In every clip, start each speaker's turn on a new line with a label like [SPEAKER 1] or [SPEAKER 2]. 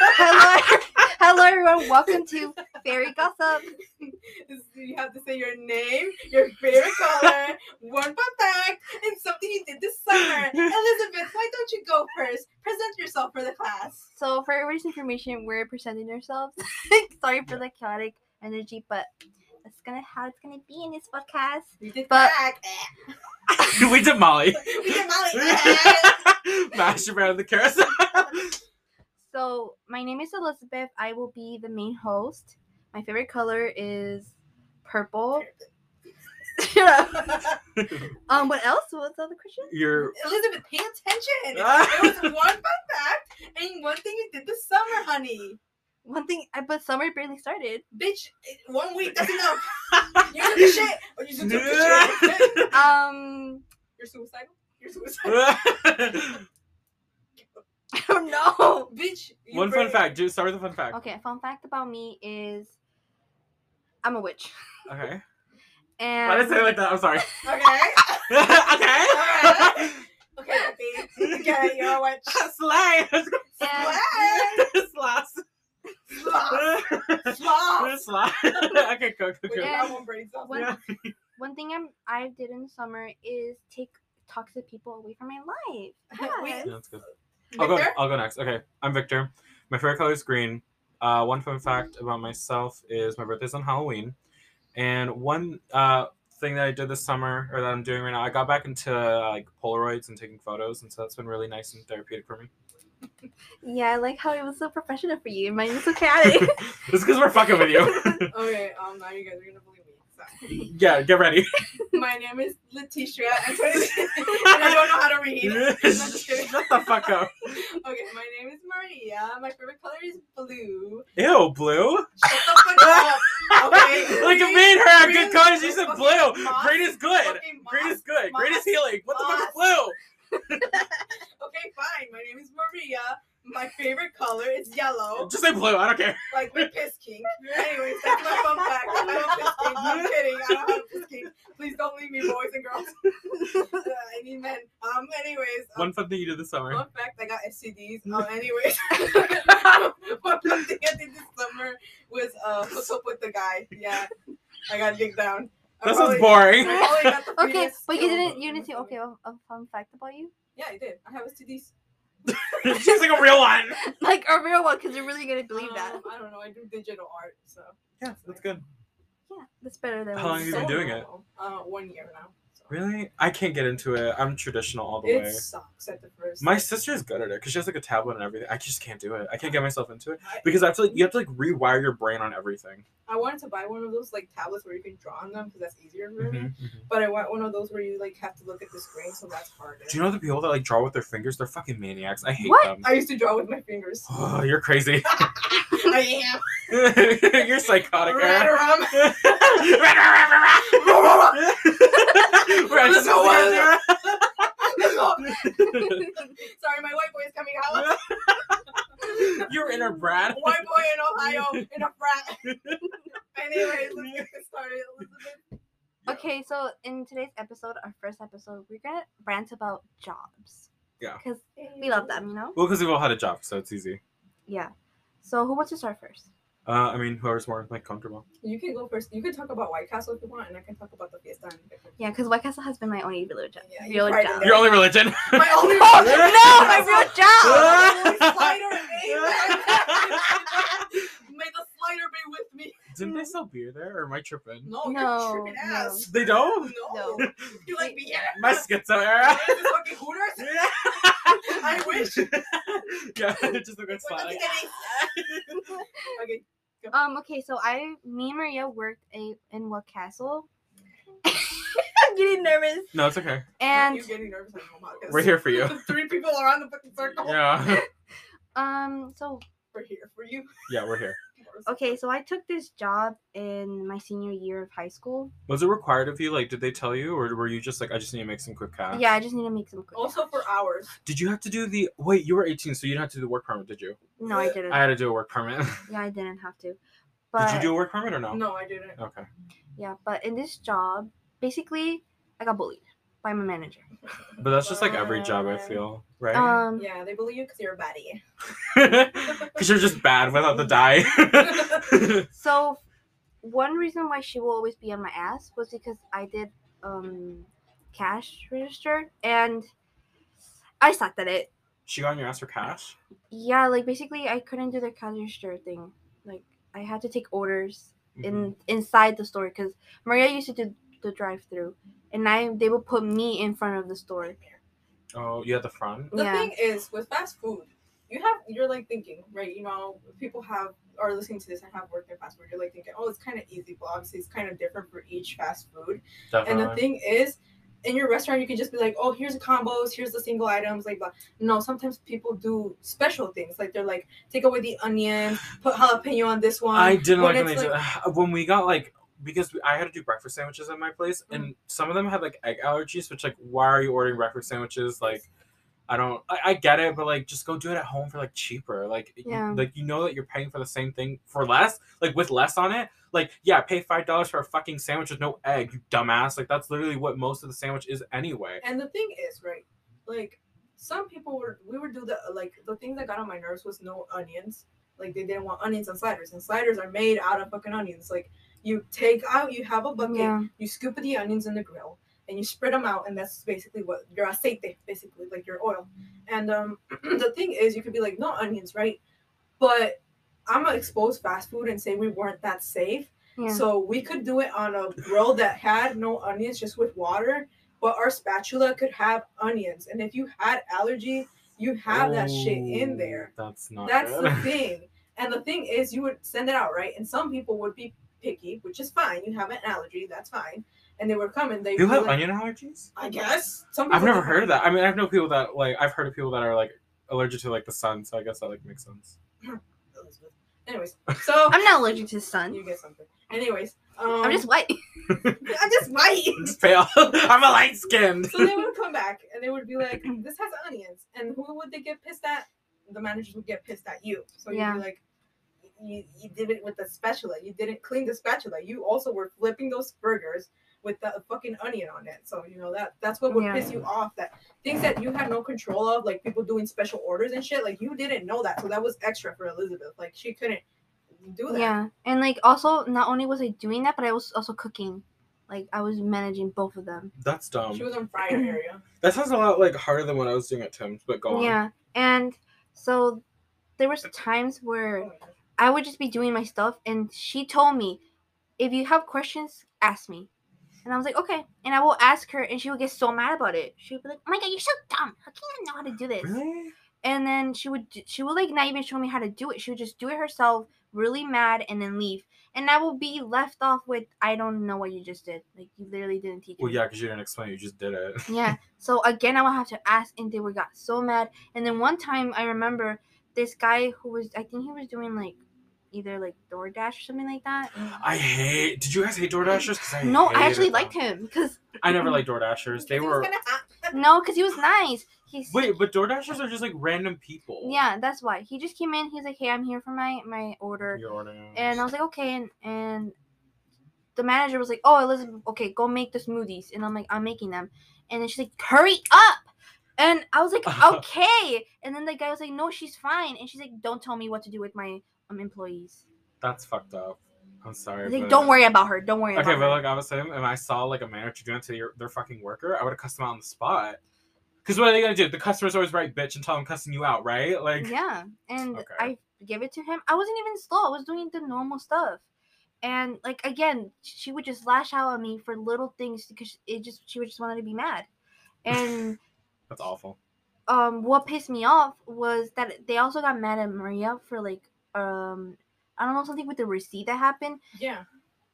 [SPEAKER 1] Hello, hello everyone. Welcome to Fairy Gossip.
[SPEAKER 2] You have to say your name, your favorite color, one fun fact, and something you did this summer. Elizabeth, why don't you go first? Present yourself for the class.
[SPEAKER 1] So for everybody's information, we're presenting ourselves. Sorry for the chaotic energy, but that's gonna how it's gonna be in this podcast.
[SPEAKER 2] We did
[SPEAKER 1] But-
[SPEAKER 2] back.
[SPEAKER 3] we did Molly.
[SPEAKER 2] We did Molly. eh.
[SPEAKER 3] Mash around the carousel.
[SPEAKER 1] So my name is Elizabeth. I will be the main host. My favorite color is purple. um, what else? What was the other question?
[SPEAKER 3] You're
[SPEAKER 2] Elizabeth, pay attention. it was one fun fact and one thing you did this summer, honey.
[SPEAKER 1] One thing, I but summer barely started.
[SPEAKER 2] Bitch, eh, one week, that's enough. You took a shit. Or you just took a shit.
[SPEAKER 1] Um,
[SPEAKER 2] You're suicidal. You're suicidal.
[SPEAKER 3] one
[SPEAKER 1] I don't know.
[SPEAKER 2] Bitch. you
[SPEAKER 3] Uh, fun
[SPEAKER 2] brave.
[SPEAKER 3] fact. Just start with a fun fact.
[SPEAKER 1] Okay, a fun fact about me is I'm a witch.
[SPEAKER 3] Okay.
[SPEAKER 1] And
[SPEAKER 3] Why did I say it like that? I'm sorry.
[SPEAKER 2] Okay.
[SPEAKER 3] okay.
[SPEAKER 2] Okay, baby. Okay, you know what?
[SPEAKER 3] Slay.
[SPEAKER 1] and-
[SPEAKER 2] Slay.
[SPEAKER 3] Sloss.
[SPEAKER 2] Sloth. Sloth.
[SPEAKER 3] Sloss. Okay, go, go,
[SPEAKER 2] Wait,
[SPEAKER 3] go.
[SPEAKER 2] that one brain cells.
[SPEAKER 1] What- one thing I'm, I did in the summer is take toxic people away from my life.
[SPEAKER 2] We-
[SPEAKER 1] Yes.
[SPEAKER 3] Yeah, that's good. I'll go,
[SPEAKER 2] Victor?
[SPEAKER 3] I'll go next. Okay, I'm Victor. My favorite color is green. Uh, one fun fact about myself is my birthday's on Halloween. And one uh, thing that I did this summer, or that I'm doing right now, I got back into like Polaroids and taking photos, and so that's been really nice and therapeutic for me.
[SPEAKER 1] Yeah, I like how it was so professional for you. Mine was so chaotic.
[SPEAKER 3] Just because we're fucking with you.
[SPEAKER 2] Okay, um, now you guys are gonna believe me. So,
[SPEAKER 3] yeah, get ready.
[SPEAKER 2] my name is Letitia. I'm 26, and I don't know how to read. No, I'm just kidding.
[SPEAKER 3] Shut the fuck up.
[SPEAKER 2] Okay, my name is Maria. My favorite color is blue.
[SPEAKER 3] Ew, blue.
[SPEAKER 2] Shut the fuck up. Okay.
[SPEAKER 3] like it
[SPEAKER 2] green-
[SPEAKER 3] made her have
[SPEAKER 2] green-
[SPEAKER 3] good colors. She said
[SPEAKER 2] fucking
[SPEAKER 3] blue.
[SPEAKER 2] moss,
[SPEAKER 3] Green is good.
[SPEAKER 2] fucking
[SPEAKER 3] Green
[SPEAKER 2] moss.
[SPEAKER 3] is good. Green is
[SPEAKER 2] moss,
[SPEAKER 3] healing. What the fuck is blue?
[SPEAKER 2] Okay, fine. My name is Maria. My favorite color is yellow.
[SPEAKER 3] Just say blue. I don't care.
[SPEAKER 2] Like we're piss kink. Anyways, that's my fun fact. I don't piss kink. I'm kidding. I don't have piss kink. Please don't leave me, boys and girls. Uh, I need men. Um. Anyways. Um,
[SPEAKER 3] One fun thing you did this summer.
[SPEAKER 2] Fun fact, I got STDs. Um, anyways, what one thing I did this summer was uh, hook up with the guy. Yeah, I got digged down. I
[SPEAKER 3] This
[SPEAKER 2] probably-
[SPEAKER 3] is boring.
[SPEAKER 2] I probably got the
[SPEAKER 1] okay,
[SPEAKER 2] prettiest
[SPEAKER 1] but you
[SPEAKER 2] girl.
[SPEAKER 1] didn't. You didn't say okay. A, a fun fact about you,
[SPEAKER 2] Yeah, I did. I have STDs.
[SPEAKER 3] She's like a real one.
[SPEAKER 1] like a real one, because you're really gonna believe that.
[SPEAKER 3] Uh,
[SPEAKER 2] Um, I don't know. I do digital art, so.
[SPEAKER 3] Yeah, that's good.
[SPEAKER 1] Yeah, that's better than.
[SPEAKER 3] How
[SPEAKER 1] what
[SPEAKER 3] long have you
[SPEAKER 1] said.
[SPEAKER 3] been doing it?
[SPEAKER 2] normal. Uh, one year now. so.
[SPEAKER 3] Really? I can't get into it. I'm traditional all the
[SPEAKER 2] It
[SPEAKER 3] way.
[SPEAKER 2] sucks at the first.
[SPEAKER 3] My sister's good at it because she has like a tablet and everything. I just can't do it. I can't get myself into it
[SPEAKER 2] I,
[SPEAKER 3] because I have to like you have to like rewire your brain on everything.
[SPEAKER 2] I wanted to buy one of those like tablets where you can draw on them because that's easier for me.
[SPEAKER 3] Mhm, mhm.
[SPEAKER 2] But I want one of those where you like have to look at the screen, so that's harder.
[SPEAKER 3] Do you know the people that like draw with their fingers? They're fucking maniacs. I hate
[SPEAKER 1] What?
[SPEAKER 3] them.
[SPEAKER 2] I used to draw with my fingers.
[SPEAKER 3] Oh, you're crazy.
[SPEAKER 2] I am.
[SPEAKER 3] you're psychotic. Aaron.
[SPEAKER 2] Radarum.
[SPEAKER 3] We're actually
[SPEAKER 2] So what?
[SPEAKER 3] together.
[SPEAKER 2] Sorry, my white boy is coming out.
[SPEAKER 3] You're in a Brad.
[SPEAKER 2] White boy in Ohio in a frat. Anyways, let's get this started. Elizabeth.
[SPEAKER 1] Okay, so in today's episode, our first episode, we're gonna rant about jobs.
[SPEAKER 3] Yeah.
[SPEAKER 1] Because we love them, you know.
[SPEAKER 3] Well, because we've all had a job, so it's easy.
[SPEAKER 1] Yeah. So who wants to start first?
[SPEAKER 3] Uh, I mean, whoever's more like comfortable.
[SPEAKER 2] You can go first. You can talk about White Castle if you want, and I can talk about the fiesta. And
[SPEAKER 1] Yeah, because White Castle has been my only real job.
[SPEAKER 2] Yeah, you
[SPEAKER 1] real
[SPEAKER 2] tried
[SPEAKER 1] job.
[SPEAKER 2] it.
[SPEAKER 3] Your only religion. Oh,
[SPEAKER 2] my only.
[SPEAKER 1] no, my real job.
[SPEAKER 2] Slider, eh? May the slider be with me.
[SPEAKER 3] Didn't they sell beer there, or am I tripping?
[SPEAKER 2] No,
[SPEAKER 1] No,
[SPEAKER 2] you're tripping
[SPEAKER 1] no.
[SPEAKER 2] ass.
[SPEAKER 3] They don't.
[SPEAKER 2] No.
[SPEAKER 1] No.
[SPEAKER 2] You like me? Yeah.
[SPEAKER 3] My schizo
[SPEAKER 2] This
[SPEAKER 3] era.
[SPEAKER 2] is fucking Hooters. I wish.
[SPEAKER 3] yeah, just
[SPEAKER 2] What
[SPEAKER 3] look at
[SPEAKER 2] the
[SPEAKER 3] smiling.
[SPEAKER 2] kidding? okay.
[SPEAKER 1] Um. Okay. So I, me and Maria worked a in what castle? I'm getting nervous.
[SPEAKER 3] No, it's okay.
[SPEAKER 1] And
[SPEAKER 2] You're getting nervous on your podcast.
[SPEAKER 3] We're here for you.
[SPEAKER 2] Three people are on the fucking circle.
[SPEAKER 3] Yeah.
[SPEAKER 1] um. So
[SPEAKER 2] We're here for you.
[SPEAKER 3] Yeah, we're here.
[SPEAKER 1] okay. So I took this job in my senior year of high school.
[SPEAKER 3] Was it required of you? Like, did they tell you, or were you just like, I just need to make some quick cash?
[SPEAKER 1] Yeah. I just need to make some. Quick
[SPEAKER 2] Also for hours.
[SPEAKER 3] Did you have to do the? Wait, you were 18, so you didn't have to do the work permit, did you?
[SPEAKER 1] No, I didn't.
[SPEAKER 3] I had to do a work permit.
[SPEAKER 1] yeah, I didn't have to. Mm. But
[SPEAKER 3] did you do a work permit or no?
[SPEAKER 2] No, I didn't.
[SPEAKER 3] Okay.
[SPEAKER 1] yeah, but in this job, basically, I got bullied by my manager.
[SPEAKER 3] But that's just like every job I feel, right?
[SPEAKER 1] Um,
[SPEAKER 2] Yeah, they believe you because you're a baddie.
[SPEAKER 3] Because you're just bad without the die.
[SPEAKER 1] so one reason why she will always be on my ass was because I did um cash register and I sucked at it.
[SPEAKER 3] she got on your ass for cash?
[SPEAKER 1] Yeah, like basically I couldn't do the cash register thing. Like I had to take orders
[SPEAKER 3] Mhm.
[SPEAKER 1] in
[SPEAKER 2] Mm-hmm.
[SPEAKER 1] inside the store because Maria used to do the drive through, and I they would put me in front of the store.
[SPEAKER 3] Oh, you at the front?
[SPEAKER 2] The
[SPEAKER 1] Yeah.
[SPEAKER 2] thing is, with fast food, you have you're like thinking, right? You know, people have are listening to this and have worked in fast food. You're like thinking, oh, it's kind of easy, but obviously it's kind of different for each fast food.
[SPEAKER 3] Definitely.
[SPEAKER 2] And the thing is, in your restaurant, you can just be like, oh, here's the combos, here's the single items, like blah. No, sometimes people do special things, like they're like, take away the onion, put jalapeno on this one.
[SPEAKER 3] I didn't
[SPEAKER 2] when
[SPEAKER 3] like when
[SPEAKER 2] it's
[SPEAKER 3] they did when we got like because we, I had to do breakfast sandwiches at my place,
[SPEAKER 2] Mm.
[SPEAKER 3] and some of them had like egg allergies, which like why are you ordering breakfast sandwiches? Like, I don't, I, I get it, but like just go do it at home for like cheaper. Like, you-
[SPEAKER 1] Yeah.
[SPEAKER 3] like you know that you're paying for the same thing for less, like with less on it. Like, yeah, pay five dollars for a fucking sandwich with no egg, you dumbass. Like that's literally what most of the sandwich is anyway.
[SPEAKER 2] And the thing is, right? Like some people were we would do the like the thing that got on my nerves was no onions. Like they didn't want onions on sliders, and sliders are made out of fucking onions. Like you take out, you have a bucket,
[SPEAKER 1] Yeah,
[SPEAKER 2] you scoop the onions in the grill, and you spread them out, and that's basically what your aceite, basically like your oil. And um, the thing is, you could be like, no onions, right? But I'm gonna expose fast food and say we weren't that safe.
[SPEAKER 1] yeah.
[SPEAKER 2] So we could do it on a grill that had no onions, just with water. But our spatula could have onions, and if you had allergy, you have that shit
[SPEAKER 3] Oh.
[SPEAKER 2] in there.
[SPEAKER 3] Ooh, That's not.
[SPEAKER 2] That's
[SPEAKER 3] good.
[SPEAKER 2] the thing. And the thing is, you would send it out, right? And some people would be picky, which is fine. You have an allergy, that's fine. And they would come and they
[SPEAKER 3] You
[SPEAKER 2] would be
[SPEAKER 3] have
[SPEAKER 2] like,
[SPEAKER 3] onion allergies?
[SPEAKER 2] I guess. Some
[SPEAKER 3] I've
[SPEAKER 2] people
[SPEAKER 3] never
[SPEAKER 2] do.
[SPEAKER 3] heard of that. I mean, I've known people that like I've heard of people that are like allergic to like the sun, so I guess that like makes sense.
[SPEAKER 2] Anyways, so
[SPEAKER 1] I'm not allergic to the sun.
[SPEAKER 2] you get something. Anyways, um,
[SPEAKER 1] I'm just white.
[SPEAKER 2] I'm just white.
[SPEAKER 3] It's pale. I'm a light skinned.
[SPEAKER 2] So they would come back and they would be like, "This has onions," and who would they get pissed at? The managers would get pissed at you. So you'd
[SPEAKER 1] Yeah.
[SPEAKER 2] be like, "You you did it with the spatula. You didn't clean the spatula. You also were flipping those burgers with the fucking onion on it." So you know that that's what would
[SPEAKER 1] Yeah.
[SPEAKER 2] piss you off. That things that you had no control of, like people doing special orders and shit. Like you didn't know that, so that was extra for Elizabeth. Like she couldn't do that.
[SPEAKER 1] Yeah, and like also not only was I doing that, but I was also cooking. Like I was managing both of them.
[SPEAKER 3] That's
[SPEAKER 2] She
[SPEAKER 3] dumb.
[SPEAKER 2] was on fire area.
[SPEAKER 3] That sounds a lot like harder than what I was doing at Tim's. But go on.
[SPEAKER 1] Yeah, and so there was times
[SPEAKER 2] Oh
[SPEAKER 1] where
[SPEAKER 2] my God.
[SPEAKER 1] I would just be doing my stuff, and she told me, "If you have questions, ask me." And I was like, "Okay," and I will ask her, and she would get so mad about it. She would be like, "Oh my god, you're so dumb! How can you not know how to do this?"
[SPEAKER 3] Really?
[SPEAKER 1] And then she would, d- she would like not even show me how to do it. She would just do it herself, really mad, and then leave. And I will be left off with, "I don't know what you just did. Like you literally didn't teach
[SPEAKER 3] Well,
[SPEAKER 1] me."
[SPEAKER 3] yeah, because you didn't explain. it, You just did it.
[SPEAKER 1] Yeah. So again, I would have to ask, and they would got so mad. And then one time, I remember this guy who was, I think he was doing like either like DoorDash or something like that.
[SPEAKER 3] I hate. Did you guys hate DoorDashers? 'Cause I
[SPEAKER 1] No, I
[SPEAKER 3] hated
[SPEAKER 1] actually
[SPEAKER 3] them.
[SPEAKER 1] liked him because
[SPEAKER 3] I never liked DoorDashers. They
[SPEAKER 2] It was
[SPEAKER 3] were.
[SPEAKER 2] kinda hot.
[SPEAKER 1] no, because he was nice. He's
[SPEAKER 3] Wait, but DoorDashers are just like random people.
[SPEAKER 1] yeah, that's why he just came in. He's like, hey, I'm here for my my order,
[SPEAKER 3] You're ordering.
[SPEAKER 1] and I was like, okay, and and the manager was like, oh, Elizabeth, okay, go make the smoothies, and I'm like, I'm making them, and then she's like, hurry up. And I was like, okay. And then the guy was like, no, she's fine. And she's like, don't tell me what to do with my um, employees.
[SPEAKER 3] That's fucked up. I'm sorry.
[SPEAKER 1] He's like,
[SPEAKER 3] but-
[SPEAKER 1] don't worry about her. Don't worry
[SPEAKER 3] Okay,
[SPEAKER 1] about
[SPEAKER 3] but
[SPEAKER 1] her.
[SPEAKER 3] like I was saying, if I saw like a manager doing it to your, their fucking worker, I would have cussed them out on the spot. Because what are they gonna do? The customer's always right, bitch, and tell them cussing you out, right? Like,
[SPEAKER 1] yeah and
[SPEAKER 3] Okay.
[SPEAKER 1] i gave it to him i wasn't even slow i was doing the normal stuff and like again she would just lash out at me for little things because it just she would just wanted to be mad and
[SPEAKER 3] that's awful.
[SPEAKER 1] um what pissed me off was that they also got mad at maria for like um i don't know something with the receipt that happened
[SPEAKER 2] Yeah.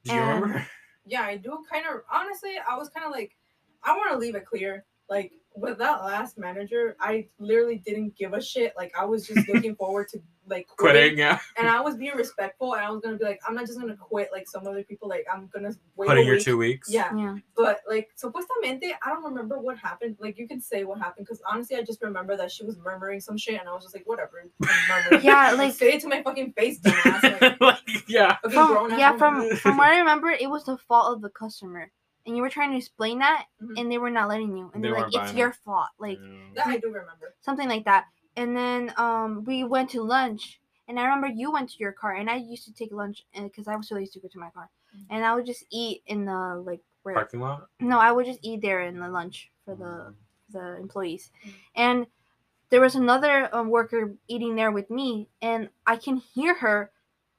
[SPEAKER 3] Do you
[SPEAKER 1] Um,
[SPEAKER 3] remember?
[SPEAKER 2] yeah, I do kind of honestly. I was kind of like, I want to leave it clear. Like with that last manager, I literally didn't give a shit. Like I was just looking forward to like
[SPEAKER 3] Quitting, yeah.
[SPEAKER 2] and I was being respectful, and I was gonna be like, I'm not just gonna quit like some other people. Like I'm gonna wait
[SPEAKER 3] Putting
[SPEAKER 2] a
[SPEAKER 3] your
[SPEAKER 2] week.
[SPEAKER 3] two weeks.
[SPEAKER 2] Yeah,
[SPEAKER 1] yeah
[SPEAKER 2] but like supuestamente, I don't remember what happened. Like you can say what happened because honestly, I just remember that she was murmuring some shit, and I was just like, whatever. I'm murmuring.
[SPEAKER 1] Yeah, like-
[SPEAKER 2] say it to my fucking face, dumbass. Like,
[SPEAKER 3] Like, yeah.
[SPEAKER 2] okay,
[SPEAKER 1] from,
[SPEAKER 2] grown-ass
[SPEAKER 1] yeah
[SPEAKER 2] woman.
[SPEAKER 1] from from what i remember it was the fault of the customer and you were trying to explain that,
[SPEAKER 2] Mhm.
[SPEAKER 1] and they were not letting you, and
[SPEAKER 3] Mm-hmm. They
[SPEAKER 1] they're like,
[SPEAKER 3] weren't
[SPEAKER 1] "It's
[SPEAKER 3] buying
[SPEAKER 1] your fault," like
[SPEAKER 2] That I do remember.
[SPEAKER 1] something like that. And then um, we went to lunch, and I remember you went to your car, and I used to take lunch because I was so used to go to my car,
[SPEAKER 2] Mhm.
[SPEAKER 3] Mm-hmm.
[SPEAKER 1] and I would just eat in the like where
[SPEAKER 3] parking lot.
[SPEAKER 1] no, I would just eat there in the lunch for
[SPEAKER 3] Mm.
[SPEAKER 1] the the employees,
[SPEAKER 2] Mm.
[SPEAKER 1] and there was another um, worker eating there with me, and I can hear her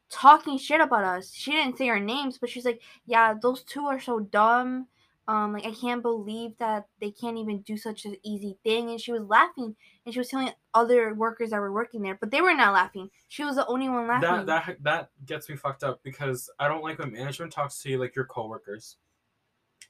[SPEAKER 1] talking shit about us. She didn't say our names, but she's like, "Yeah, those two are so dumb. Um, like I can't believe that they can't even do such an easy thing." And she was laughing, and she was telling other workers that were working there, but they were not laughing. She was the only one laughing.
[SPEAKER 3] That that that gets me fucked up because I don't like when management talks to you like your coworkers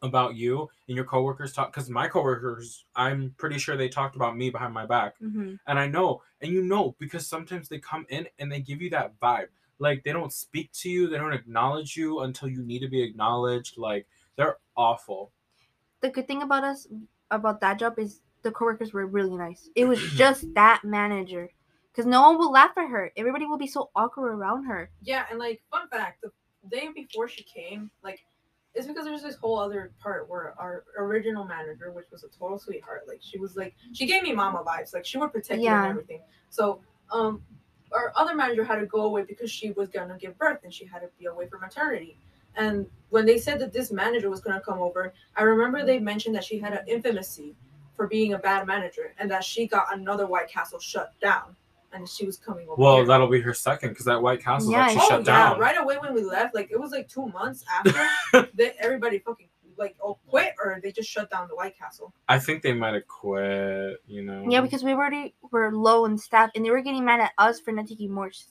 [SPEAKER 3] about you and your coworkers talk because my coworkers I'm pretty sure they talked about me behind my back
[SPEAKER 1] hmm
[SPEAKER 3] and I know and you know because sometimes they come in and they give you that vibe like they don't speak to you they don't acknowledge you until you need to be acknowledged like they're awful
[SPEAKER 1] the good thing about us about that job is the coworkers were really nice. It was just that manager, because no one will laugh at her. Everybody will be so awkward around her.
[SPEAKER 2] Yeah, and like fun fact, the day before she came, like it's because there's this whole other part where our original manager, which was a total sweetheart, like she was like she gave me mama vibes, like she would protect you
[SPEAKER 1] Yeah.
[SPEAKER 2] and everything. So um our other manager had to go away because she was gonna give birth and she had to be away for maternity. And when they said that this manager was gonna come over, I remember they mentioned that she had an infamy for being a bad manager and that she got another White Castle shut down and she was coming over.
[SPEAKER 3] well
[SPEAKER 2] here.
[SPEAKER 3] that'll be her second because that White Castle
[SPEAKER 1] Yeah,
[SPEAKER 3] actually
[SPEAKER 1] I-
[SPEAKER 3] shut
[SPEAKER 2] Oh, yeah,
[SPEAKER 3] down
[SPEAKER 2] right away when we left. Like it was like two months after that everybody fucking like all quit or they just shut down the White Castle.
[SPEAKER 3] I think they might have quit you know
[SPEAKER 1] Yeah, because we already were low in staff, and they were getting mad at us for not taking more, sh-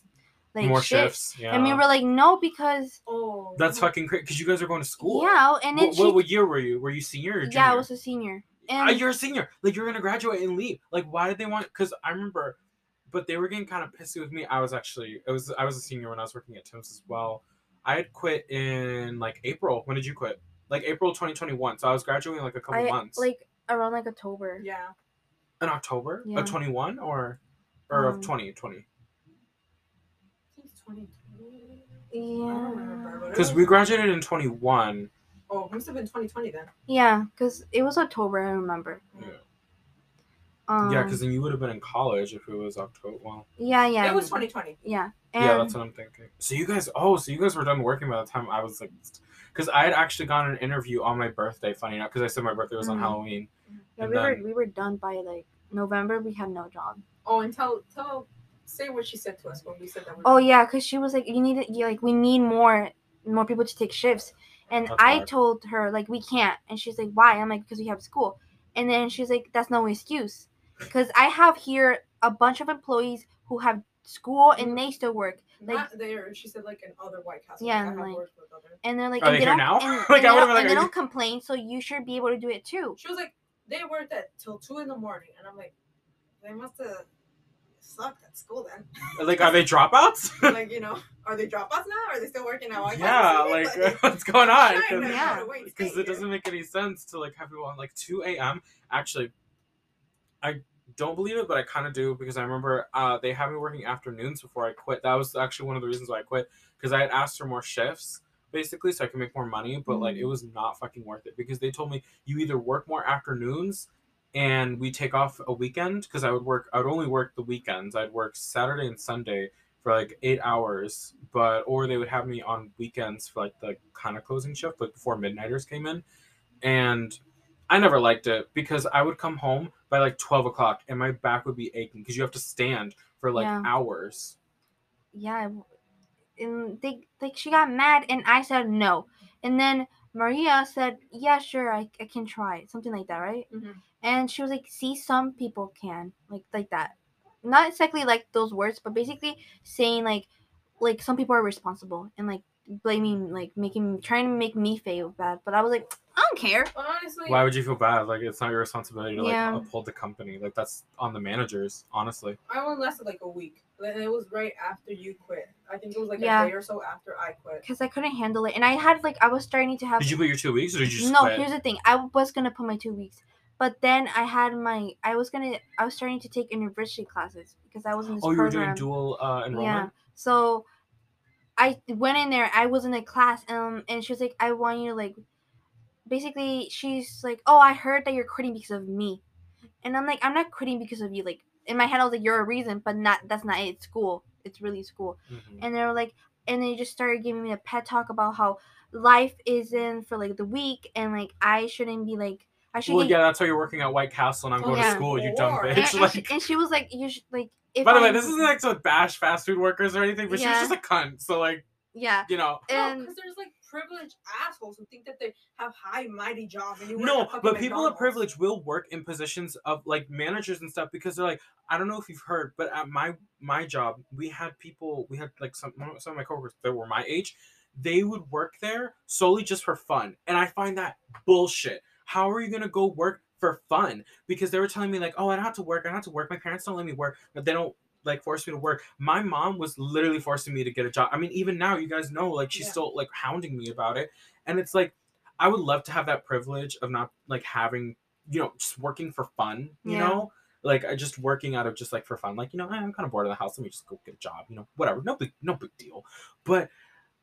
[SPEAKER 1] like
[SPEAKER 3] more
[SPEAKER 1] shit.
[SPEAKER 3] shifts yeah
[SPEAKER 1] And we were like, no, because
[SPEAKER 2] Oh,
[SPEAKER 3] That's fucking crazy because you guys are going to school.
[SPEAKER 1] yeah, and then
[SPEAKER 3] What,
[SPEAKER 1] she,
[SPEAKER 3] what, what year were you? Were you senior or junior?
[SPEAKER 1] yeah, I was a senior,
[SPEAKER 3] Ah,
[SPEAKER 1] and
[SPEAKER 3] you're a senior. Like you're gonna graduate and leave. Like why did they want? Because I remember, but they were getting kind of pissy with me. I was actually, it was I was a senior when I was working at Tim's as well. I had quit in like April. When did you quit? Like April 2021. So I was graduating like a couple
[SPEAKER 1] I
[SPEAKER 3] months.
[SPEAKER 1] like around like October.
[SPEAKER 2] Yeah,
[SPEAKER 3] in October
[SPEAKER 1] Yeah.
[SPEAKER 3] of 21 or or
[SPEAKER 1] Um,
[SPEAKER 3] of 2020.
[SPEAKER 2] I think it's 2020. I don't remember.
[SPEAKER 1] Yeah,
[SPEAKER 2] but it
[SPEAKER 3] Because
[SPEAKER 2] was-
[SPEAKER 3] we graduated in 21.
[SPEAKER 2] Oh, it must have been 2020 then.
[SPEAKER 1] yeah, because it was October. I remember.
[SPEAKER 3] Yeah.
[SPEAKER 1] Um,
[SPEAKER 3] yeah, because then you would have been in college if it was October. Well,
[SPEAKER 1] yeah, yeah,
[SPEAKER 2] It was 2020.
[SPEAKER 1] yeah,
[SPEAKER 3] yeah,
[SPEAKER 1] and-
[SPEAKER 3] that's what I'm thinking. So you guys, oh, so you guys were done working by the time I was like, because I had actually gotten an interview on my birthday. Funny enough, because I said my birthday was on
[SPEAKER 1] Mhm.
[SPEAKER 3] Halloween.
[SPEAKER 1] Yeah,
[SPEAKER 3] And
[SPEAKER 1] we were
[SPEAKER 3] then-
[SPEAKER 1] we were done by like November. We had no job.
[SPEAKER 2] Oh, and tell tell say what she said to us when we said that. we
[SPEAKER 1] Oh
[SPEAKER 2] were-
[SPEAKER 1] yeah, cause she was like, you need to, you like we need more more people to take shifts, and
[SPEAKER 3] That's
[SPEAKER 1] I
[SPEAKER 3] hard.
[SPEAKER 1] told her like we can't, and she's like, why? I'm like, because we have school, and then she's like, that's no excuse, cause I have here a bunch of employees who have school and they still work,
[SPEAKER 2] Not there. She said like an other White Castle.
[SPEAKER 1] Yeah,
[SPEAKER 2] I
[SPEAKER 1] and,
[SPEAKER 2] have
[SPEAKER 1] like-
[SPEAKER 2] worked with other.
[SPEAKER 1] and they're like,
[SPEAKER 3] Are
[SPEAKER 1] and
[SPEAKER 3] they
[SPEAKER 1] they
[SPEAKER 3] here
[SPEAKER 1] don't,
[SPEAKER 3] now?
[SPEAKER 1] and,
[SPEAKER 3] Like,
[SPEAKER 1] and they,
[SPEAKER 3] I
[SPEAKER 1] don't,
[SPEAKER 3] would've been like,
[SPEAKER 1] and
[SPEAKER 3] are
[SPEAKER 1] they
[SPEAKER 3] you-
[SPEAKER 1] don't complain, so you should be able to do it too.
[SPEAKER 2] She was like, they worked at till two in the morning, and I'm like, they must have sucked at school then.
[SPEAKER 3] Like, are they dropouts?
[SPEAKER 2] like you know, are they dropouts now? Are they still working at White
[SPEAKER 3] yeah,
[SPEAKER 2] Castle?
[SPEAKER 3] like uh, what's going on?
[SPEAKER 2] Sure,
[SPEAKER 3] Because
[SPEAKER 2] no,
[SPEAKER 1] Yeah.
[SPEAKER 2] no, wait, stay
[SPEAKER 3] it
[SPEAKER 2] here.
[SPEAKER 3] doesn't make any sense to like have people on like 2 a.m. Actually, I don't believe it, but I kind of do because I remember uh, they had me working afternoons before I quit. That was actually one of the reasons why I quit because I had asked for more shifts basically so I could make more money, but like it was not fucking worth it because they told me you either work more afternoons and we take off a weekend because I would work I would only work the weekends. I'd work Saturday and Sunday for like eight hours, but or they would have me on weekends for like the kind of closing shift, like before midnighters came in. And I never liked it because I would come home by like twelve o'clock and my back would be aching because you have to stand for like
[SPEAKER 1] Yeah.
[SPEAKER 3] hours.
[SPEAKER 1] yeah w- and they like she got mad and i said no and then maria said yeah sure i, I can try it," something like that right
[SPEAKER 3] Mm-hmm.
[SPEAKER 2] Mhm.
[SPEAKER 1] and she was like see some people can like like that not exactly like those words but basically saying like like some people are responsible and like blaming like making trying to make me feel bad but i was like i don't care
[SPEAKER 2] But honestly,
[SPEAKER 3] Why would you feel bad? Like it's not your responsibility to like
[SPEAKER 1] Yeah.
[SPEAKER 3] uphold the company. Like that's on the managers, honestly.
[SPEAKER 2] I only lasted like a week, and it was right after you quit. I think it was like
[SPEAKER 1] Yeah.
[SPEAKER 2] a day or so after I quit.
[SPEAKER 1] because i couldn't handle it and i had like i was starting to have
[SPEAKER 3] Did you put your two weeks or did you just
[SPEAKER 1] no
[SPEAKER 3] quit?
[SPEAKER 1] here's the thing i was gonna put my two weeks but then i had my i was gonna i was starting to take university classes because i was in this
[SPEAKER 3] oh, you were doing
[SPEAKER 1] program
[SPEAKER 3] dual uh,
[SPEAKER 1] yeah
[SPEAKER 3] enrollment.
[SPEAKER 1] so i went in there i was in a class um, and she was like i want you to like basically she's like, "Oh, I heard that you're quitting because of me," and I'm like, "I'm not quitting because of you." Like in my head, I was like, "You're a reason," but not. That's not it. It's school. It's really school.
[SPEAKER 3] Mhm.
[SPEAKER 1] And they were like, and they just started giving me a pet talk about how life isn't for like the weak, and like I shouldn't be like I should.
[SPEAKER 3] Well,
[SPEAKER 1] get-
[SPEAKER 3] yeah, that's why you're working at White Castle and I'm going
[SPEAKER 1] Oh, Yeah.
[SPEAKER 3] to school, you
[SPEAKER 2] Or-
[SPEAKER 3] dumb
[SPEAKER 1] And,
[SPEAKER 3] bitch.
[SPEAKER 1] and
[SPEAKER 3] Like,
[SPEAKER 1] she, and she was like, "You should like." If
[SPEAKER 3] by the
[SPEAKER 1] I-
[SPEAKER 3] way, this isn't like to bash fast food workers or anything, but
[SPEAKER 1] Yeah.
[SPEAKER 3] she was just a cunt. So, like,
[SPEAKER 1] yeah.
[SPEAKER 3] you know,
[SPEAKER 1] And
[SPEAKER 2] because there's like privileged assholes who think that they have high mighty jobs. And you work
[SPEAKER 3] No,
[SPEAKER 2] at fucking
[SPEAKER 3] but people of
[SPEAKER 2] McDonald's.
[SPEAKER 3] privilege will work in positions of like managers and stuff because they're like, I don't know if you've heard, but at my my job, we had people, we had like some some of my coworkers that were my age, they would work there solely just for fun, and I find that bullshit. How are you gonna go work for fun? Because they were telling me like, oh, I don't have to work, I don't have to work. My parents don't let me work, but they don't like force me to work. My mom was literally forcing me to get a job. I mean, even now, you guys know, like she's
[SPEAKER 2] Yeah.
[SPEAKER 3] still like hounding me about it, and it's like. I would love to have that privilege of not like having, you know, just working for fun, you
[SPEAKER 1] Yeah.
[SPEAKER 3] know? Like I just working out of just like for fun. Like, you know, "Eh, I'm kind of bored of the house. Let me just go get a job, you know, whatever. No big no big deal. But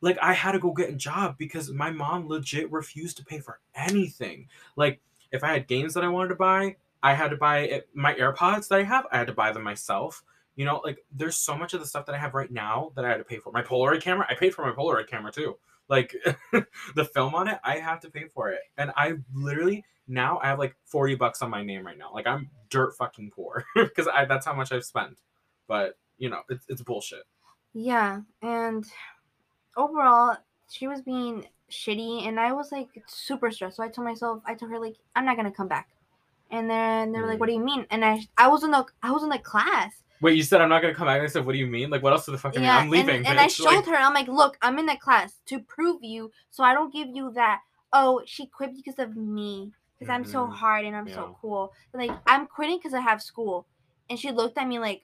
[SPEAKER 3] like I had to go get a job because my mom legit refused to pay for anything. Like if I had games that I wanted to buy, I had to buy it, my AirPods that I have, I had to buy them myself. You know, like there's so much of the stuff that I have right now that I had to pay for. My Polaroid camera, I paid for my Polaroid camera too. Like the film on it, I have to pay for it. And I literally now I have like 40 bucks on my name right now. Like I'm dirt fucking poor because I that's how much I've spent. But you know, it's it's bullshit.
[SPEAKER 1] Yeah, and overall, she was being shitty, and I was like super stressed. So I told myself, I told her like, I'm not gonna come back. And then they were
[SPEAKER 3] Mm.
[SPEAKER 1] like, "What do you mean?" And I, I was in the, I was in the class.
[SPEAKER 3] Wait, you said I'm not gonna come back. And I said, what do you mean? Like, what else do the fuck? I mean?
[SPEAKER 1] yeah,
[SPEAKER 3] I'm leaving.
[SPEAKER 1] and, and I
[SPEAKER 3] bitch."
[SPEAKER 1] showed
[SPEAKER 3] Like,
[SPEAKER 1] her. I'm like, "Look, I'm in the class to prove you, so I don't give you that. Oh, she quit because of me, because I'm so
[SPEAKER 3] Mhm.
[SPEAKER 1] hard and I'm
[SPEAKER 3] Yeah.
[SPEAKER 1] so cool. Like I'm quitting because I have school." And she looked at me like,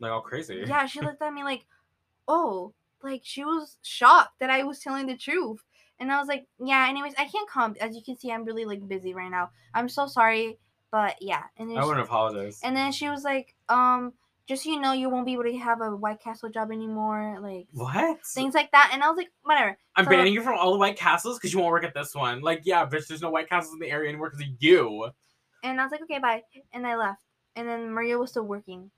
[SPEAKER 3] like all crazy.
[SPEAKER 1] yeah, she looked at me like, oh, like she was shocked that I was telling the truth. And I was like, yeah, anyways, I can't come. As you can see, I'm really like busy right now. I'm so sorry, but yeah. And then,
[SPEAKER 3] I
[SPEAKER 1] she,
[SPEAKER 3] wouldn't apologize.
[SPEAKER 1] and then she was like, um, just so you know, you won't be able to have a White Castle job anymore, like
[SPEAKER 3] what?
[SPEAKER 1] things like that. And I was like, whatever.
[SPEAKER 3] I'm
[SPEAKER 1] so-
[SPEAKER 3] banning you from all the White Castles because you won't work at this one. Like, yeah, bitch, there's no White Castles in the area anymore because of you.
[SPEAKER 1] And I was like, okay, bye. And I left. And then Maria was still working.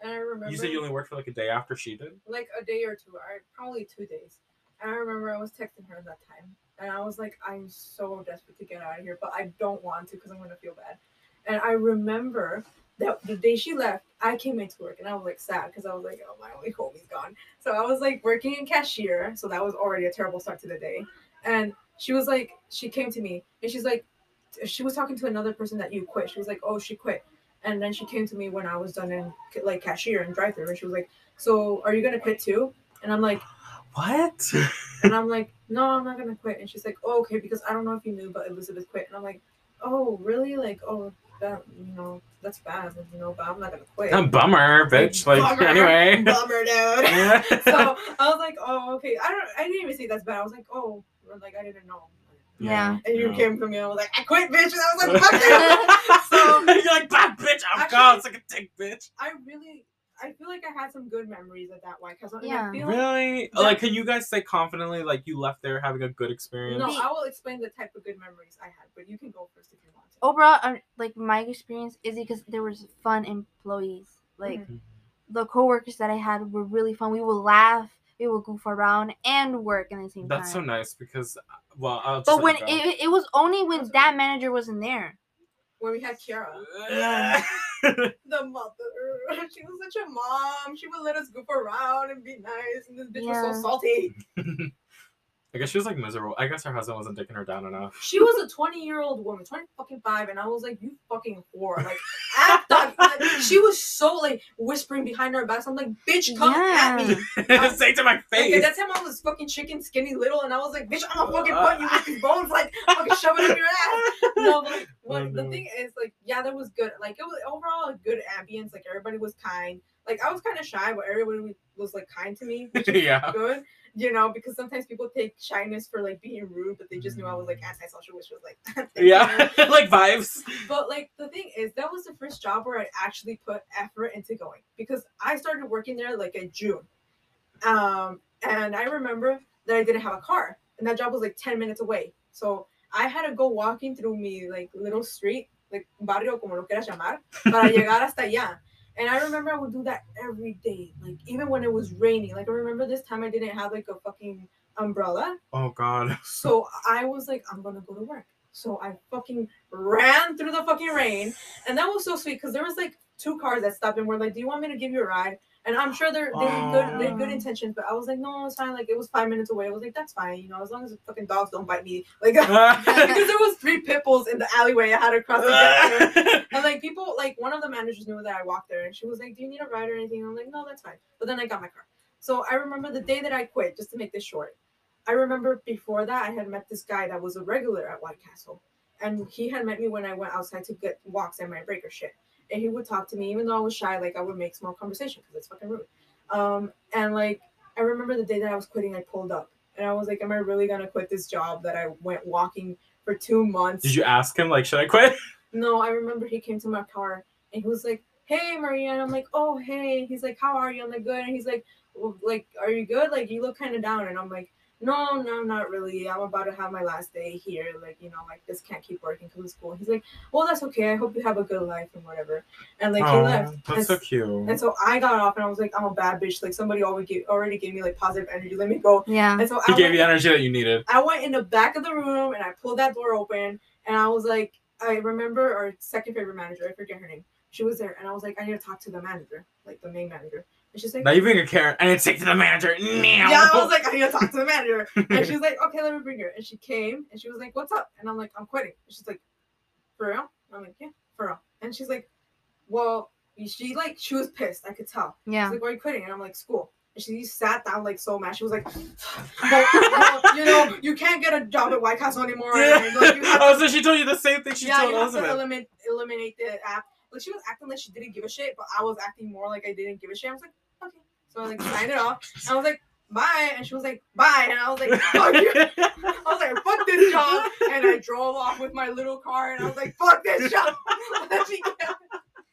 [SPEAKER 2] And I remember
[SPEAKER 3] You said you only worked for like a day after she did.
[SPEAKER 2] like a day or two, or probably two days. And I remember I was texting her at that time, and I was like, I'm so desperate to get out of here, but I don't want to because I'm gonna feel bad. And I remember that the day she left, I came into work, and I was like sad because I was like, oh my only homie's gone. So I was like working in cashier, so that was already a terrible start to the day. And she was like, she came to me, and she's like, she was talking to another person that you quit. She was like, oh, she quit. And then she came to me when I was done in like cashier and drive through, and she was like so are you gonna quit too? And I'm like,
[SPEAKER 3] What?
[SPEAKER 2] and I'm like, no, I'm not gonna quit. And she's like, oh, okay, because I don't know if you knew, but Elizabeth quit. And I'm like, oh, really? Like, oh, that you know, that's bad, you know, but I'm not gonna quit.
[SPEAKER 3] a bummer, bitch. Like,
[SPEAKER 2] Bummer.
[SPEAKER 3] anyway.
[SPEAKER 2] Bummer, dude.
[SPEAKER 3] so,
[SPEAKER 2] so I was like, oh, okay. I don't, I didn't even say that's bad. I was like, oh, like I didn't know.
[SPEAKER 1] Yeah.
[SPEAKER 2] And you
[SPEAKER 3] Yeah.
[SPEAKER 2] came to me, and I was like, I quit, bitch. And I was like, fuck you. So-
[SPEAKER 3] you're like, bad bitch, I'm
[SPEAKER 2] Actually-
[SPEAKER 3] gone. It's like a dick, bitch.
[SPEAKER 2] I really, I feel like I had some good memories at that White Castle. and
[SPEAKER 1] Yeah.
[SPEAKER 2] I feel like
[SPEAKER 3] Really?
[SPEAKER 2] that-
[SPEAKER 3] Like, can you guys say confidently, like, you left there having a good experience?
[SPEAKER 2] no,
[SPEAKER 1] Be-
[SPEAKER 2] I will explain the type of good memories I had, but you can go first if you want to.
[SPEAKER 1] Overall, um, like my experience is because there was fun employees. Like
[SPEAKER 2] Mhm.
[SPEAKER 1] the coworkers that I had were really fun. We would laugh, we would goof around, and work at the same
[SPEAKER 3] That's so
[SPEAKER 1] time.
[SPEAKER 3] nice because, uh, well, I'll just.
[SPEAKER 1] but when it,
[SPEAKER 3] let you go.
[SPEAKER 1] it was only when
[SPEAKER 2] That's
[SPEAKER 1] that
[SPEAKER 2] okay.
[SPEAKER 1] manager wasn't there.
[SPEAKER 2] Where we had Kiara.
[SPEAKER 3] Yeah.
[SPEAKER 2] the mother. She was such a mom. She would let us goof around and be nice. And this bitch was
[SPEAKER 1] Yeah.
[SPEAKER 2] so salty.
[SPEAKER 3] I guess she was like miserable. I guess her husband wasn't taking her down enough.
[SPEAKER 2] She was a 20 year old woman, 20 fucking five. And I was like, you fucking whore. Like, act up. Like, she was so like whispering behind our backs. I'm like, bitch, come at me.
[SPEAKER 1] Yeah.
[SPEAKER 3] Say to
[SPEAKER 2] Oh.
[SPEAKER 3] my
[SPEAKER 2] Like, at
[SPEAKER 3] face. Uh,
[SPEAKER 2] that time, I was fucking chicken, skinny, little, and I was like, "Bitch, I'm gonna fucking put you with these bones, like, fucking shove it up your ass." No, but like, what,
[SPEAKER 3] Oh,
[SPEAKER 2] the
[SPEAKER 3] no.
[SPEAKER 2] thing is, like, yeah, there was good, like, it was overall a good ambience. Like, everybody was kind. Like, I was kind of shy, but everybody was like kind to me, which is
[SPEAKER 3] yeah.
[SPEAKER 2] good, you know, because sometimes people take shyness for like being rude, but they just knew I was like antisocial, which was like, thank you.
[SPEAKER 3] Mm. Yeah. like vibes.
[SPEAKER 2] But like the thing is, that was the first job where I actually put effort into going because I started working there like in June, um, and I remember that I didn't have a car, and that job was like ten minutes away. So I had to go walking through me like little street, like barrio como lo quieras llamar, para llegar hasta allá. And I remember I would do that every day, like even when it was raining. Like I remember this time I didn't have like a fucking umbrella,
[SPEAKER 3] Oh god.
[SPEAKER 2] so I was like, I'm gonna go to work. So I fucking ran through the fucking rain, and that was so sweet because there was like two cars that stopped and were like, "Do you want me to give you a ride?" And I'm sure they're they had good they had good
[SPEAKER 1] Wow.
[SPEAKER 2] intentions, but I was like, "No, it's fine." Like it was five minutes away. I was like, "That's fine," you know, as long as the fucking dogs don't bite me. Like because there was three pit bulls in the alleyway I had to cross. The desert. And like people, like one of the managers knew that I walked there, and she was like, "Do you need a ride or anything?" I'm like, "No, that's fine." But then I got my car. So I remember the day that I quit, just to make this short. I remember before that I had met this guy that was a regular at White Castle, and he had met me when I went outside to get walks and my breaker shit. And he would talk to me, even though I was shy. Like I would make small conversation because it's fucking rude. Um, and like I remember the day that I was quitting, I pulled up, and I was like, "Am I really gonna quit this job that I went walking for two months?"
[SPEAKER 3] Did you ask him like, should I quit?
[SPEAKER 2] No, I remember he came to my car and he was like, "Hey, Maria," and I'm like, "Oh, hey." He's like, "How are you?" I'm like, "Good," and he's like, well, "Like, are you good? Like, you look kind of down," and I'm like, "No, no, not really. I'm about to have my last day here. Like, you know, like this can't keep working because it's school." He's like, "Well, that's okay. I hope you have a good life and whatever." And like he
[SPEAKER 3] Aw,
[SPEAKER 2] left.
[SPEAKER 3] Oh, That's so
[SPEAKER 2] And-
[SPEAKER 3] cute.
[SPEAKER 2] And so I got off and I was like, "I'm a bad bitch. Like somebody already gave, already gave me like positive energy. Let me go."
[SPEAKER 1] Yeah.
[SPEAKER 2] And so
[SPEAKER 3] he
[SPEAKER 2] I
[SPEAKER 3] gave
[SPEAKER 2] went-
[SPEAKER 3] you the energy that you needed.
[SPEAKER 2] I went in the back of the room and I pulled that door open and I was like, I remember our second favorite manager, I forget her name. She was there and I was like, I need to talk to the mmanager, like the main manager. And she's like,
[SPEAKER 3] Now you being a Karen, I need to take to the manager now.
[SPEAKER 2] Yeah, I was like, I need to talk to the manager. And she's like, Okay, let me bring her. And she came and she was like, What's up? And I'm like, I'm quitting. And she's like, For real? And I'm like, Yeah, for real. And she's like, Well, she like she was pissed, I could tell.
[SPEAKER 1] Yeah.
[SPEAKER 2] She's like, why are you quitting? And I'm like, school. And she sat down like so mad. She was like, well, well, you know, you can't get a job at White Castle anymore. And, like, you have,
[SPEAKER 3] oh, so she told you the same thing she
[SPEAKER 2] yeah,
[SPEAKER 3] told
[SPEAKER 2] you have to
[SPEAKER 3] Elizabeth.
[SPEAKER 2] eliminate, eliminate the app. Like she was acting like she didn't give a shit, but I was acting more like I didn't give a shit. I was like, okay. So I like signed it off. And I was like, bye. And she was like, bye. And I was like, fuck you. I was like, fuck this job. And I drove off with my little car and I was like, fuck this job. And she-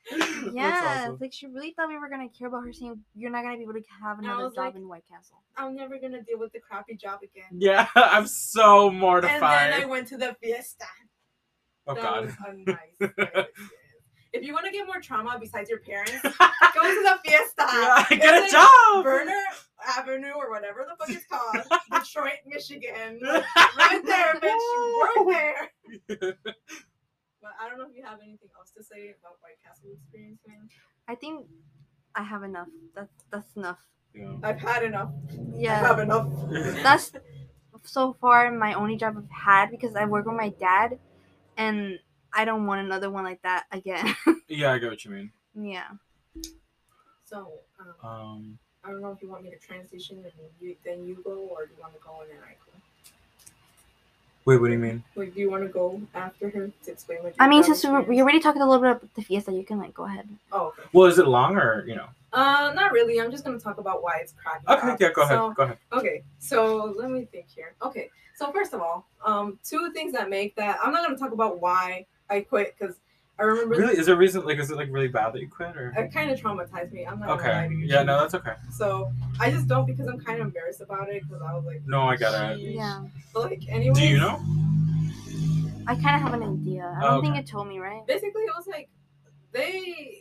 [SPEAKER 3] That's
[SPEAKER 1] Yeah.
[SPEAKER 3] awesome.
[SPEAKER 1] Like she really thought we were gonna care about her saying you're not gonna be able to have
[SPEAKER 2] And I
[SPEAKER 1] another
[SPEAKER 2] was
[SPEAKER 1] job
[SPEAKER 2] like-
[SPEAKER 1] in White Castle.
[SPEAKER 2] I'm never gonna deal with the crappy job again.
[SPEAKER 3] Yeah, I'm so
[SPEAKER 2] And then I
[SPEAKER 3] mortified.
[SPEAKER 2] went to the fiesta.
[SPEAKER 3] Oh
[SPEAKER 2] that
[SPEAKER 3] god.
[SPEAKER 2] was a nice experience. if you want to get more trauma besides your parents, go to the fiesta.
[SPEAKER 3] Yeah,
[SPEAKER 2] It's
[SPEAKER 3] get a
[SPEAKER 2] in
[SPEAKER 3] job.
[SPEAKER 2] Verner Avenue or whatever the fuck it's called, Detroit, Michigan. Right there, bitch. You were there. But I don't know if you have anything else to say about White Castle experience, man.
[SPEAKER 1] I think I have enough. That's that's enough.
[SPEAKER 3] Yeah.
[SPEAKER 2] I've had enough. I
[SPEAKER 1] Yeah.
[SPEAKER 2] have enough.
[SPEAKER 1] That's so far my only job I've had because I work with my dad, and I don't want another one like that again.
[SPEAKER 3] yeah, I get what you mean.
[SPEAKER 1] yeah.
[SPEAKER 2] So um,
[SPEAKER 3] Um,
[SPEAKER 2] I don't know if you want me to transition and you, then you go, or do you want to go and then I go.
[SPEAKER 3] wait, what do you mean?
[SPEAKER 2] Like, do you want to go after her to explain what?
[SPEAKER 1] I
[SPEAKER 2] your
[SPEAKER 1] mean,
[SPEAKER 2] job
[SPEAKER 1] since we we
[SPEAKER 2] experience-
[SPEAKER 1] already talked a little bit about the fiesta, you can like go ahead.
[SPEAKER 2] Oh, okay.
[SPEAKER 3] Well, is it long or you know?
[SPEAKER 2] Uh, not really. I'm just gonna talk about why it's crappy.
[SPEAKER 3] Okay,
[SPEAKER 2] job.
[SPEAKER 3] yeah, go ahead,
[SPEAKER 2] So,
[SPEAKER 3] go ahead.
[SPEAKER 2] okay, so let me think here. Okay, so first of all, um, two things that make that I'm not gonna talk about why I quit because I remember
[SPEAKER 3] Really, is there a reason? Like, is it like really bad that you quit or?
[SPEAKER 2] it kind of traumatized me. I'm not gonna lie
[SPEAKER 3] Okay.
[SPEAKER 2] to you.
[SPEAKER 3] Yeah, no, that's okay.
[SPEAKER 2] So I just don't because I'm kind of embarrassed about it because I was like,
[SPEAKER 3] No, I got it.
[SPEAKER 2] Sheesh.
[SPEAKER 1] Yeah.
[SPEAKER 2] But like anyway.
[SPEAKER 3] Do you know?
[SPEAKER 1] I kind of have an idea. I
[SPEAKER 3] Oh,
[SPEAKER 1] don't think it told me, right?
[SPEAKER 2] basically it was like they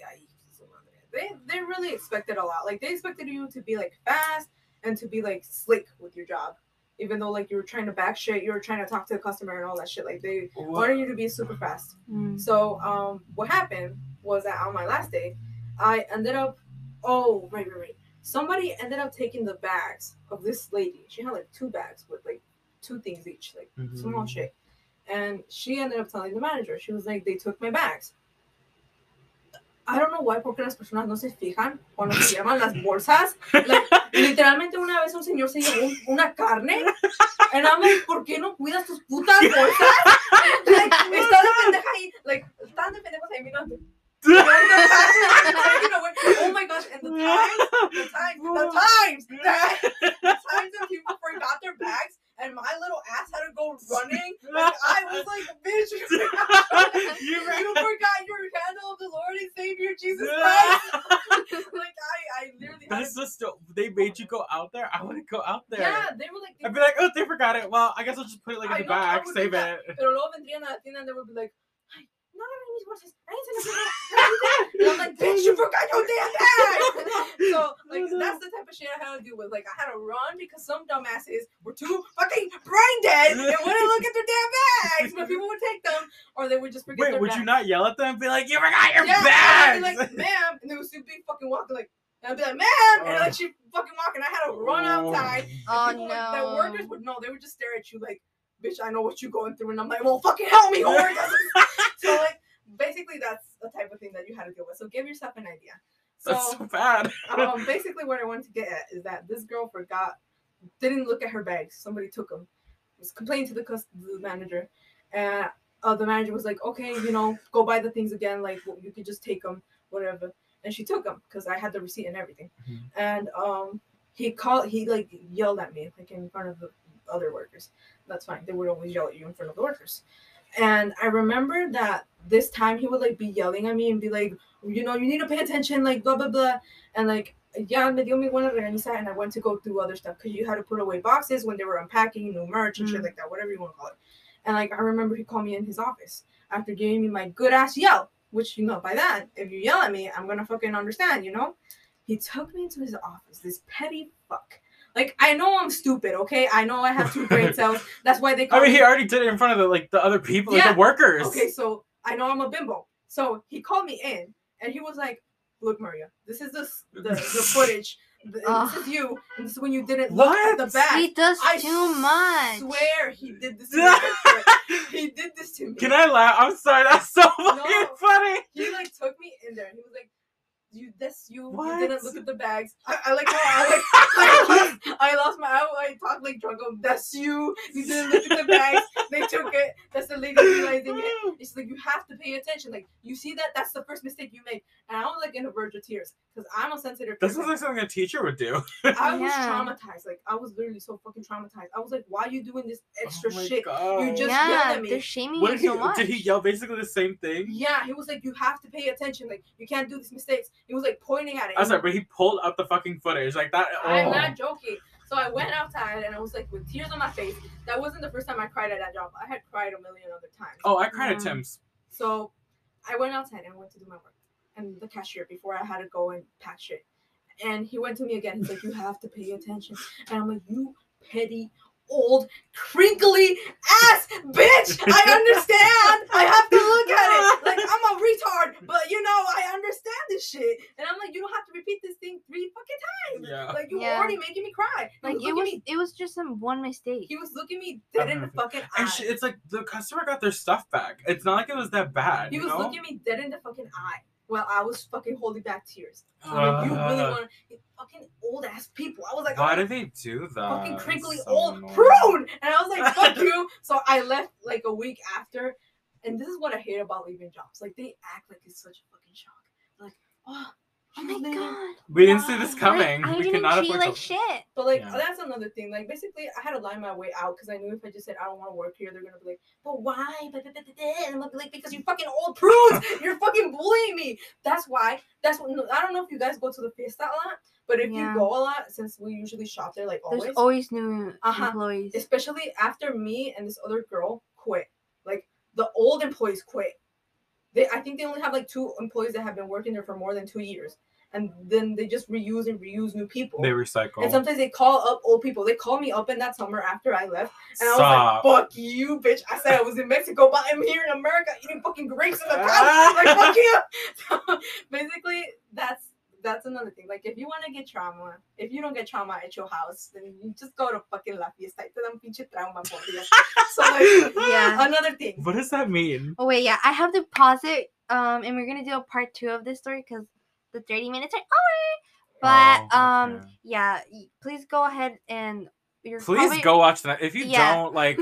[SPEAKER 2] they they really expected a lot like they expected you to be like fast and to be like slick with your job even though like you were trying to back shit you were trying to talk to the customer and all that shit like they wanted you to be super fast
[SPEAKER 1] Mm.
[SPEAKER 2] so um what happened was that on my last day i ended up oh right right right somebody ended up taking the bags of this lady she had like two bags with like two things each like
[SPEAKER 3] Mhm.
[SPEAKER 2] small shit. And she ended up telling the manager, she was like, they took my bags. I don't know why, porque las personas no se fijan cuando se llaman las bolsas. Like, literalmente una vez un señor se llevó un- una carne. And I'm like, ¿por qué no cuidas tus putas bolsas? Like, está la pendeja ahí. Like, están de pendejos ahí mirando. You know, like, oh my gosh, and the times, the times, the times, the times times that people forgot their bags and my little ass had to go running. Like, I was like, bitch, you forgot,
[SPEAKER 3] You
[SPEAKER 2] you forgot your handle of the Lord and Savior Jesus Christ. like I, I literally had
[SPEAKER 3] That's
[SPEAKER 2] to,
[SPEAKER 3] just so- they made you go out there, I wouldn't go out there.
[SPEAKER 2] Yeah, they were like.
[SPEAKER 3] I'd be like, oh, they forgot it. Well, I guess I'll just put it like in
[SPEAKER 2] I
[SPEAKER 3] the
[SPEAKER 2] know, I
[SPEAKER 3] back,
[SPEAKER 2] would do
[SPEAKER 3] save
[SPEAKER 2] that.
[SPEAKER 3] it.
[SPEAKER 2] Pero luego vendrían a la tienda and they would be like, ay, no agarren mis bolsas. Ay, se las agarré. And I'm like, bitch, you forgot your damn bag. so, like, that's the type of shit I had to deal with. Like, I had to run because some dumbasses were too fucking brain dead and wouldn't look at their damn bags when people would take them or they would just forget
[SPEAKER 3] Wait,
[SPEAKER 2] their
[SPEAKER 3] would
[SPEAKER 2] bags.
[SPEAKER 3] you not yell at them and be like, you forgot your
[SPEAKER 2] yeah,
[SPEAKER 3] bags?
[SPEAKER 2] and I'd be like, ma'am. And they would still be fucking walking like, and I'd be like, ma'am. And
[SPEAKER 3] Oh.
[SPEAKER 2] like, she fucking walking. I had to run outside
[SPEAKER 1] Oh
[SPEAKER 2] people would-
[SPEAKER 1] no.
[SPEAKER 2] The workers would know. They would just stare at you like, "Bitch, I know what you're going through," and I'm like, "Well, fucking help me, whore." so like, basically, that's the type of thing that you had to deal with. So give yourself an idea.
[SPEAKER 3] That's
[SPEAKER 2] So
[SPEAKER 3] so bad.
[SPEAKER 2] um, basically, what I wanted to get at is that this girl forgot, didn't look at her bags. Somebody took them. Was complaining to the, cus- the manager, and uh, the manager was like, "Okay, you know, go buy the things again. Like w- you could just take them, whatever." And she took them because I had the receipt and everything.
[SPEAKER 3] Mhm.
[SPEAKER 2] And um, he called. He like yelled at me like in front of the other workers. That's fine. They would always yell at you in front of the workers. And I remember that this time he would like be yelling at me and be like, you know, you need to pay attention, like blah blah blah. And like, yeah, me dio mi buena organiza, and I went to go through other stuff because you had to put away boxes when they were unpacking new merch and shit
[SPEAKER 1] Mm.
[SPEAKER 2] like that, whatever you want to call it. And like, I remember he called me in his office after giving me my good ass yell, which you know by that, if you yell at me, I'm gonna fucking understand, you know. He took me into his office, this petty fuck. Like I know I'm stupid, okay? I know I have two brain cells. That's why they call
[SPEAKER 3] I mean,
[SPEAKER 2] me
[SPEAKER 3] he already did it in front of the like the other people, like
[SPEAKER 2] Yeah.
[SPEAKER 3] the workers.
[SPEAKER 2] Okay, so I know I'm a bimbo. So he called me in and he was like, Look, Maria, this is the, s- the, the footage. Th- and This is you. And this is when you didn't look at the
[SPEAKER 3] What?
[SPEAKER 2] back.
[SPEAKER 1] He does
[SPEAKER 2] I
[SPEAKER 1] too much.
[SPEAKER 2] swear he did this to me. he did this to me.
[SPEAKER 3] Can I laugh? I'm sorry. That's so fucking
[SPEAKER 2] No.
[SPEAKER 3] funny.
[SPEAKER 2] he like took me in there and he was like, you this you,
[SPEAKER 3] What?
[SPEAKER 2] you didn't look at the bags. I, I like how I like I lost, I lost my I, I talked like drunk. I'm, That's you. You didn't look at the bags. They took it. That's the lady realizing it. It's like you have to pay attention. Like you see that that's the first mistake you make. And I was like in the verge of tears because I'm a sensitive
[SPEAKER 3] This
[SPEAKER 2] person.
[SPEAKER 3] is like something a teacher would do.
[SPEAKER 2] I was
[SPEAKER 1] Yeah.
[SPEAKER 2] traumatized. Like I was literally so fucking traumatized. I was like, why are you doing this extra
[SPEAKER 3] Oh my
[SPEAKER 2] shit?
[SPEAKER 3] God.
[SPEAKER 2] just yelled
[SPEAKER 1] yeah,
[SPEAKER 2] at me.
[SPEAKER 1] they're shaming
[SPEAKER 3] What
[SPEAKER 1] you
[SPEAKER 3] did he?
[SPEAKER 1] so much.
[SPEAKER 3] Did he yell basically the same thing?
[SPEAKER 2] Yeah, he was like, you have to pay attention. Like you can't do these mistakes. He was like pointing at it.
[SPEAKER 3] I was like, but he pulled out the fucking footage like that. Oh.
[SPEAKER 2] I'm not joking. So I went outside and I was like with tears on my face. That wasn't the first time I cried at that job. I had cried a million other times.
[SPEAKER 3] oh, I cried at
[SPEAKER 1] Yeah.
[SPEAKER 3] Tim's.
[SPEAKER 2] So I went outside and I went to do my work. And the cashier before I had to go and pack shit. And he went to me again. He's like, You have to pay attention. And I'm like, You petty old crinkly ass bitch. I understand. I have to look at it. Like I'm a retard, but you know, I understand this shit. And I'm like, you don't have to repeat this thing three fucking times.
[SPEAKER 3] Yeah.
[SPEAKER 2] Like you're
[SPEAKER 1] Yeah.
[SPEAKER 2] already making me cry.
[SPEAKER 1] like
[SPEAKER 2] he
[SPEAKER 1] it
[SPEAKER 2] was, looking
[SPEAKER 1] was
[SPEAKER 2] me,
[SPEAKER 1] it was just some one mistake.
[SPEAKER 2] he was looking me dead in the fucking eye.
[SPEAKER 3] And she, it's like the customer got their stuff back. It's not like it was that bad.
[SPEAKER 2] He
[SPEAKER 3] you
[SPEAKER 2] was
[SPEAKER 3] know?
[SPEAKER 2] looking me dead in the fucking eye while I was fucking holding back tears. So
[SPEAKER 3] Uh,
[SPEAKER 2] like, you really want fucking old ass people? I was like,
[SPEAKER 3] Why
[SPEAKER 2] I'm
[SPEAKER 3] do
[SPEAKER 2] a
[SPEAKER 3] they do that?
[SPEAKER 2] fucking
[SPEAKER 3] It's
[SPEAKER 2] crinkly
[SPEAKER 3] Ah, so
[SPEAKER 2] old
[SPEAKER 3] annoying.
[SPEAKER 2] prune, and I was like, fuck you. So I left like a week after, and this is what I hate about leaving jobs. Like they act like it's such a fucking shock. Like, oh,
[SPEAKER 1] Oh
[SPEAKER 2] you
[SPEAKER 1] my
[SPEAKER 2] leave.
[SPEAKER 1] god.
[SPEAKER 3] We didn't see this
[SPEAKER 2] Wow.
[SPEAKER 3] coming.
[SPEAKER 1] Like, I
[SPEAKER 3] we
[SPEAKER 1] didn't
[SPEAKER 3] cannot
[SPEAKER 1] treat you
[SPEAKER 3] afford
[SPEAKER 1] like
[SPEAKER 3] to-
[SPEAKER 1] shit.
[SPEAKER 2] But like
[SPEAKER 3] Yeah.
[SPEAKER 2] that's another thing. Like basically, I had to lie my way out because I knew if I just said I don't want to work here, they're gonna be like, "But why?" But but- but- but- but," And I'm like, "Because you fucking old prudes, you're fucking bullying me." That's why. That's what. no, I don't know if you guys go to the fiesta a lot, but if
[SPEAKER 1] Yeah.
[SPEAKER 2] you go a lot, since we usually shop there, like always,
[SPEAKER 1] There's always new
[SPEAKER 2] Uh-huh.
[SPEAKER 1] employees.
[SPEAKER 2] especially after me and this other girl quit. Like the old employees quit. They, I think they only have like two employees that have been working there for more than two years, and then they just reuse and reuse new people.
[SPEAKER 3] They recycle.
[SPEAKER 2] And sometimes they call up old people. They called me up in that summer after I left. And I
[SPEAKER 3] Stop.
[SPEAKER 2] was like, fuck you, bitch. I said I was in Mexico, but I'm here in America eating fucking grapes in the
[SPEAKER 3] Ah.
[SPEAKER 2] couch. Like, fuck you. So basically, that's that's another thing. Like, if you want to get trauma, if you don't get trauma at your house, then you just go to fucking La Fiesta. y Te dan pinche trauma por días. So, like,
[SPEAKER 1] Yeah.
[SPEAKER 2] another thing.
[SPEAKER 3] What does that mean?
[SPEAKER 1] Oh wait, yeah, I have to pause it. Um, and we're gonna do a part two of this story because the thirty minutes are over. But
[SPEAKER 3] Oh,
[SPEAKER 1] um,
[SPEAKER 3] okay.
[SPEAKER 1] yeah, y- please go ahead and you're
[SPEAKER 3] Please
[SPEAKER 1] probably-
[SPEAKER 3] go watch that. If you
[SPEAKER 1] Yeah.
[SPEAKER 3] don't, like,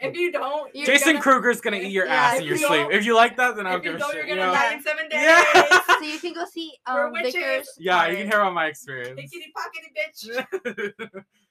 [SPEAKER 2] If you don't, you're
[SPEAKER 3] Jason
[SPEAKER 2] gonna,
[SPEAKER 3] Kruger's gonna eat your
[SPEAKER 1] Yeah,
[SPEAKER 3] ass
[SPEAKER 1] if
[SPEAKER 3] in your
[SPEAKER 2] you
[SPEAKER 3] sleep.
[SPEAKER 2] don't-
[SPEAKER 3] If you like that, then I don't
[SPEAKER 2] If
[SPEAKER 3] give
[SPEAKER 2] you
[SPEAKER 3] a
[SPEAKER 2] don't,
[SPEAKER 3] shit.
[SPEAKER 2] you're
[SPEAKER 3] you
[SPEAKER 2] gonna
[SPEAKER 3] know?
[SPEAKER 2] die in seven days.
[SPEAKER 3] Yeah.
[SPEAKER 1] So you can go see
[SPEAKER 2] We're
[SPEAKER 1] um
[SPEAKER 2] witches.
[SPEAKER 1] Vickers. um,
[SPEAKER 3] yeah, you can
[SPEAKER 1] part.
[SPEAKER 3] hear about my experience.
[SPEAKER 2] Pickety pockety bitch.